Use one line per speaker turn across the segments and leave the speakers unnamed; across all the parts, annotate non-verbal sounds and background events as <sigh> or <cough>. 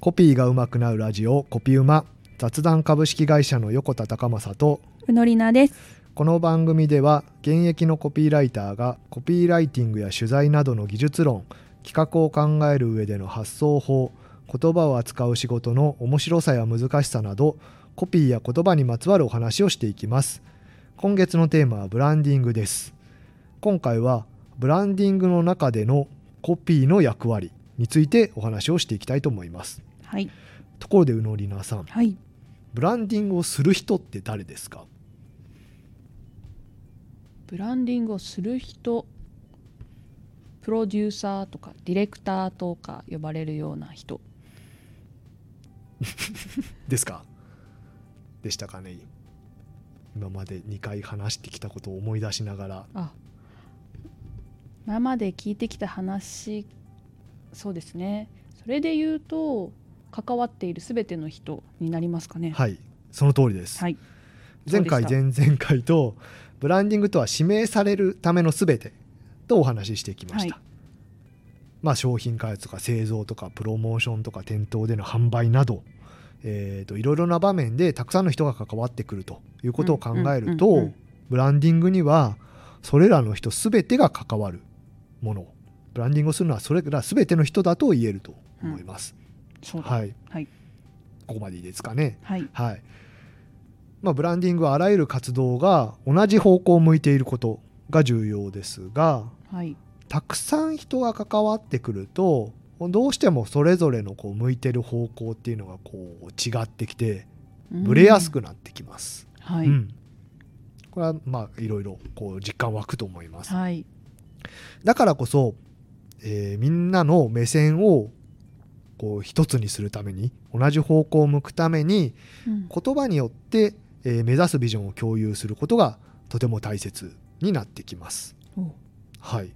コピーがうまくなるラジオコピうま雑談株式会社の横田隆正と
うのりなです。
この番組では現役のコピーライターがコピーライティングや取材などの技術論企画を考える上での発想法言葉を扱う仕事の面白さや難しさなどコピーや言葉にまつわるお話をしていきます今月のテーマはブランディングです今回はブランディングの中でのコピーの役割についてお話をしていきたいと思います
はい。
ところで宇野里奈さん
はい。
ブランディングをする人って誰ですか
ブランディングをする人プロデューサーとかディレクターとか呼ばれるような人
ですかでしたかね今まで2回話してきたことを思い出しながら
あ今まで聞いてきた話そうですねそれで言うと関わっている全ての人になりますかね
はいその通りです、
はい
前回
そうで
前々回とブランディングとは指名されるためのすべてとお話ししてきました、
は
まあ商品開発とか製造とかプロモーションとか店頭での販売などえーといろいろな場面でたくさんの人が関わってくるということを考える
うんうんうんう
と
ん
ブランディングにはそれらの人すべてが関わるものブランディングをするのはそれらすべての人だと言えると思います、
そうだ
はい、
はい
ここまでいいですかね
はい
はいまあ、ブランディングはあらゆる活動が同じ方向を向いていることが重要ですが
はい
たくさん人が関わってくるとどうしてもそれぞれのこう向いてる方向っていうのがこう違ってきて
うん
ブレやすくなってきます。
は
う
い、
んこれはまあいろいろこう実感湧くと思います。
はい
だからこそ、えーみんなの目線をこう一つにするために同じ方向を向くために
うん
言葉によって、えー目指すビジョンを共有することがとても大切になってきます。
お
はい、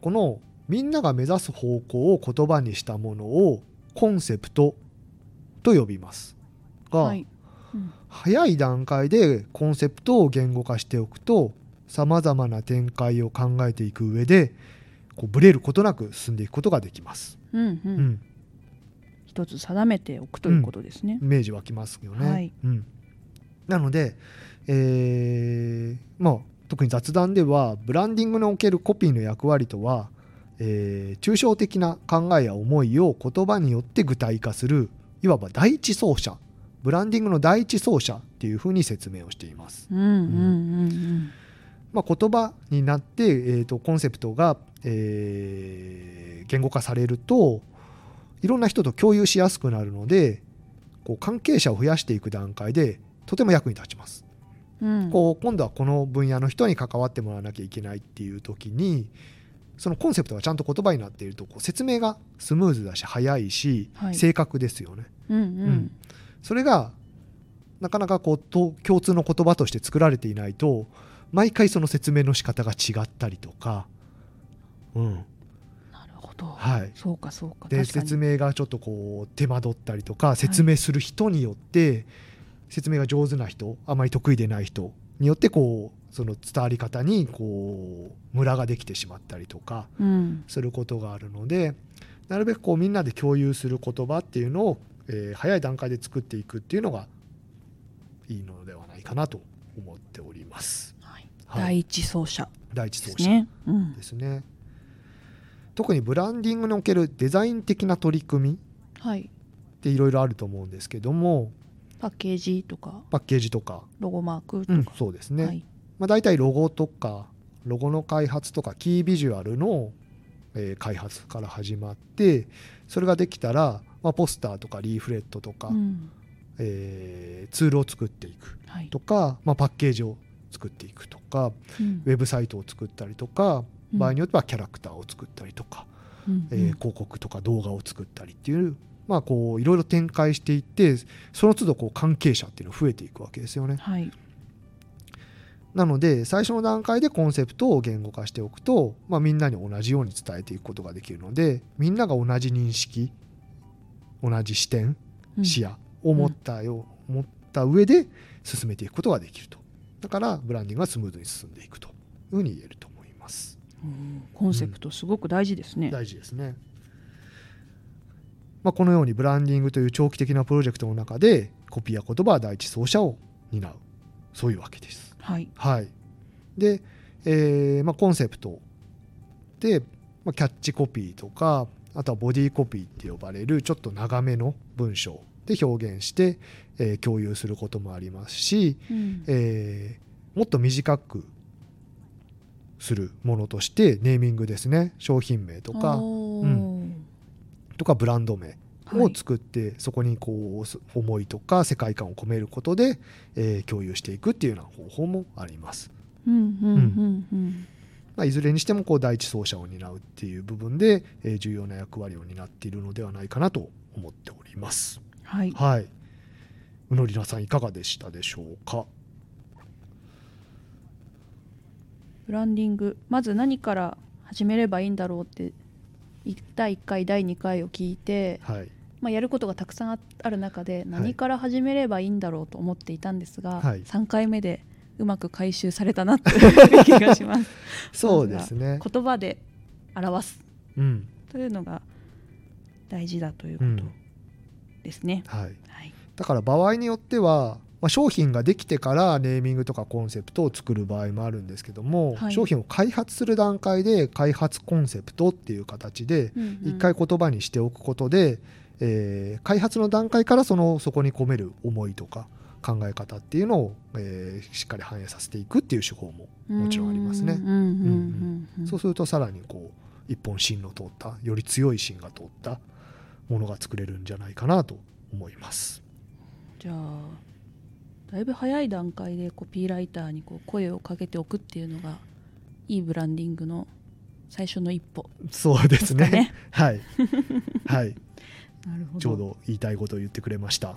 このみんなが目指す方向を言葉にしたものをコンセプトと呼びますが、
はいうん
早い段階でコンセプトを言語化しておくとさまざまな展開を考えていく上でこうブレることなく進んでいくことができます。
うんう
うんん、
一つ定めておくということですね、
イメージ湧きますよね。
はい
うん、なので、えーまあ、特に雑談ではブランディングにおけるコピーの役割とは、えー抽象的な考えや思いを言葉によって具体化するいわば第一走者ブランディングの第一走者っていうふうに説明をしています。
うんうんうんうん
まあ、言葉になって、えー、とコンセプトが、えー言語化されるといろんな人と共有しやすくなるのでこう関係者を増やしていく段階でとても役に立ちます。
うん
こう今度はこの分野の人に関わってもらわなきゃいけないっていう時にそのコンセプトがちゃんと言葉になっているとこう説明がスムーズだし早いし、
はい
正確ですよね。
うん
うんそれがなかなかこうと共通の言葉として作られていないと毎回その説明の仕方が違ったりとか、うん
うん、なるほど、
はい、
そうかそうか
で
確かに
説明がちょっとこう手間取ったりとか説明する人によって、説明が上手な人あまり得意でない人によってこうその伝わり方にこうムラができてしまったりとか
うん
することがあるのでなるべくこうみんなで共有する言葉っていうのを、えー早い段階で作っていくっていうのがいいのではないかなと思っております。
はい、
はい、
第一走者
第一
で
走
す
者
ね。うん
ですね。特にブランディングにおけるデザイン的な取り組み
はい、
っていろいろあると思うんですけども
パッケージとか
パッケージとか、
ロゴマークとか、
そうですね、
はい、
まあ、大体ロゴとかロゴの開発とかキービジュアルの、えー開発から始まってそれができたら、まあ、ポスターとかリーフレットとか、
うん
えーツールを作っていく
はい、
とか、まあ、パッケージを作っていくとか
うん
ウェブサイトを作ったりとか
うん
場合によってはキャラクターを作ったりとか、
うん
えー広告とか動画を作ったりっていう、まあ、こういろいろ展開していってその都度こう関係者っていうのが増えていくわけですよね。
はい、
なので最初の段階でコンセプトを言語化しておくと、まあ、みんなに同じように伝えていくことができるのでみんなが同じ認識同じ視点
うん
視野を持ったよ、持った上で進めていくことができるとだからブランディングがスムーズに進んでいくというふうに言えると思います。
うんコンセプトすごく大事ですね。
大事ですね。まあ、このようにブランディングという長期的なプロジェクトの中でコピーや言葉は第一走者を担うそういうわけです。
はい
はい、で、えーまあ、コンセプトで、まあ、キャッチコピーとかあとはボディコピーって呼ばれるちょっと長めの文章で表現して、えー共有することもありますし、
うん
えーもっと短くするものとしてネーミングですね商品名とか
おー
とかブランド名
は
を
い
作って、そこにこうす思いとか世界観を込めることで、えー共有していくっていうような方法もあります。
うんうんうんうん
まあ、いずれにしてもこう第一走者を担うっていう部分で、えー重要な役割を担っているのではないかなと思っております。
はい
はい。うのりなさんいかがでしたでしょうか。
ブランディングまず何から始めればいいんだろうってい第1回第2回を聞いて、
はい。
まあ、やることがたくさんあある中で
はい
何から始めればいいんだろうと思っていたんですが、
はい
3回目でうまく回収されたなっていう気がします
<laughs> そうですね。
言葉で表す
うん。
というのが大事だというこ
う
と
ん。
ですね、
はい。
はい
だから場合によっては、まあ、商品ができてからネーミングとかコンセプトを作る場合もあるんですけども、
はい
商品を開発する段階で開発コンセプトっていう形で
うんうん
一回言葉にしておくことで、えー開発の段階からそのそこに込める思いとか考え方っていうのを、えーしっかり反映させていくっていう手法も、もちろんありますね
うんうんうんうん
そうするとさらにこう一本芯の通ったより強い芯が通ったものが作れるんじゃないかなと思います。
じゃあだいぶ早い段階でコピーライターにこう声をかけておくっていうのがいいブランディングの最初の一歩
そうで
ですすか
ね
ね。 <laughs>
はい、はい、
なるほ
ちょうど言いたいことを言ってくれました。は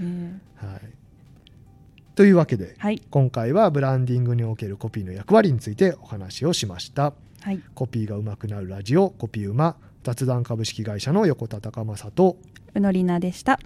ね
い、というわけで
はい
今回はブランディングにおけるコピーの役割についてお話をしました。
はい
コピーが上手くなるラジオコピー馬雑談株式会社の横田隆正と
うのりなでした